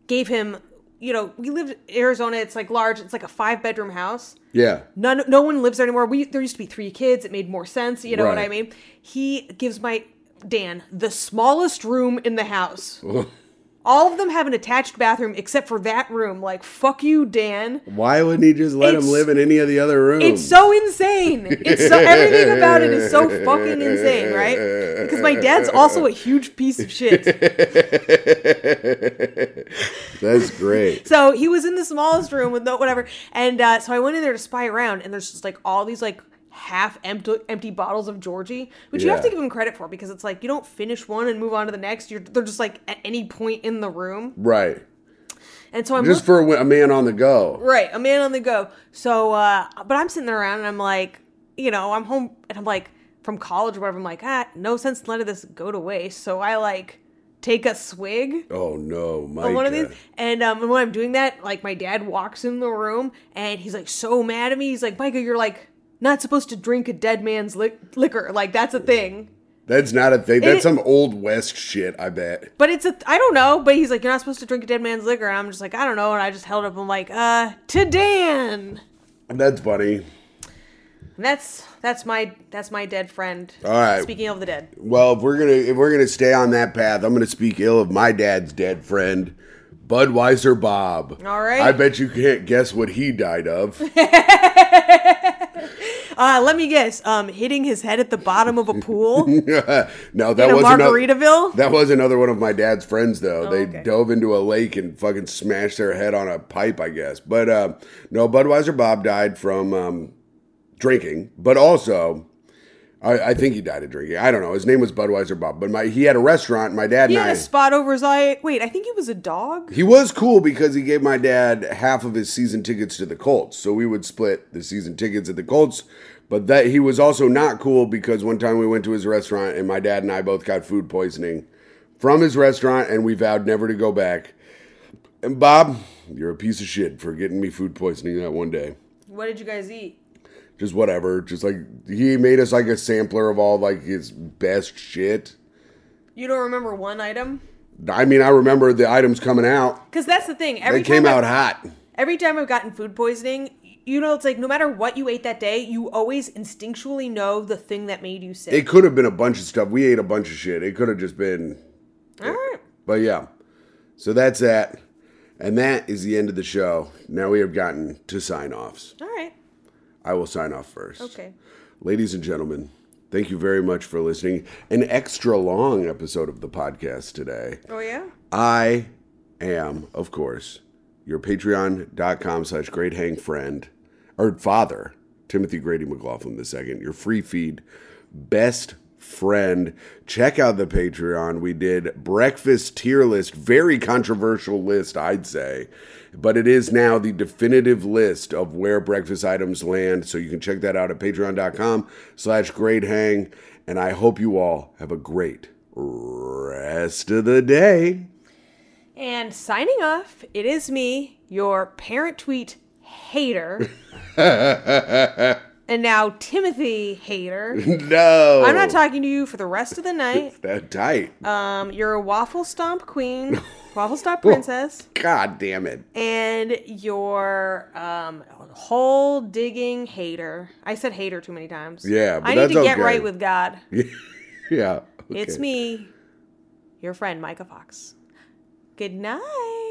gave him you know we lived in arizona it's like large it's like a five bedroom house Yeah. none no one lives there anymore we there used to be three kids it made more sense you know what Right. i mean he gives my dan the smallest room in the house all of them have an attached bathroom except for that room like fuck you dan Why wouldn't he just let him It's- live in any of the other rooms? it's so insane. It's so everything about it is so fucking insane, right? Because my dad's also a huge piece of shit. That's great. So he was in the smallest room with no whatever, and uh, so I went in there to spy around, and there's just like all these like half empty empty bottles of Georgie, which you have to Yeah. give him credit for because it's like you don't finish one and move on to the next. You're they're just like at any point in the room, right. and so I'm Just for a wi- a man on the go. Right, a man on the go. So, uh, but I'm sitting there around and I'm like, you know, I'm home and I'm like from college or whatever. I'm like, ah, no sense in letting this go to waste. So I like take a swig Oh no, Micah. on one of these, and um, and when I'm doing that, like my dad walks in the room and he's like so mad at me. He's like, Micah, you're like not supposed to drink a dead man's li- liquor. Like that's a thing. That's not a thing. That's It- some old west shit, I bet. But it's a I don't know. But he's like, you're not supposed to drink a dead man's liquor. And I'm just like, I don't know. And I just held up. I'm like, uh, to Dan. That's funny. And that's that's my that's my dead friend. All right. Speaking of the dead, Well, if we're gonna if we're gonna stay on that path, I'm gonna speak ill of my dad's dead friend, Budweiser Bob. All right. I bet you can't guess what he died of. uh, let me guess. Um, hitting his head at the bottom of a pool no, that in a was another. Margaritaville. Oh, That was another one of my dad's friends, though. they okay. dove into a lake and fucking smashed their head on a pipe, I guess. But uh, no, Budweiser Bob died from um, drinking, but also. I, I think he died of drinking. I don't know. His name was Budweiser Bob, but my he had a restaurant. My dad he and I had a spot over his eye. Wait, I think he was a dog. He was cool because he gave my dad half of his season tickets to the Colts. So we would split the season tickets at the Colts. But that he was also not cool because one time we went to his restaurant and my dad and I both got food poisoning from his restaurant and we vowed never to go back. And Bob, you're a piece of shit for getting me food poisoning that one day What did you guys eat? just whatever. Just like he made us like a sampler of all like his best shit. You don't remember one item? I mean, I remember the items coming out. Because that's the thing. Every They came time out I've, hot. every time I've gotten food poisoning, you know, it's like no matter what you ate that day, you always instinctually know the thing that made you sick. It could have been a bunch of stuff. We ate a bunch of shit. It could have just been, All right. but yeah. So that's that. And that is the end of the show. Now we have gotten to sign offs. All right. I will sign off first. Okay. Ladies and gentlemen, thank you very much for listening. An extra long episode of the podcast today. Oh yeah. I am, of course, your patreon.com slash great hang friend or father, Timothy Grady McLaughlin II, your free feed, best friend. Check out the Patreon. We did breakfast tier list, very controversial list, I'd say, but it is now the definitive list of where breakfast items land. So you can check that out at patreon.com slash great hang. And I hope you all have a great rest of the day. And signing off, it is me, your parent tweet hater. and now Timothy hater. No. I'm not talking to you for the rest of the night. that tight. Um, you're a waffle stomp queen, waffle stomp princess, God damn it. and you're um hole digging hater. I said hater too many times. Yeah, but I that's need to get okay. right with God. Yeah. It's okay. me, your friend Micah Fox. Good night.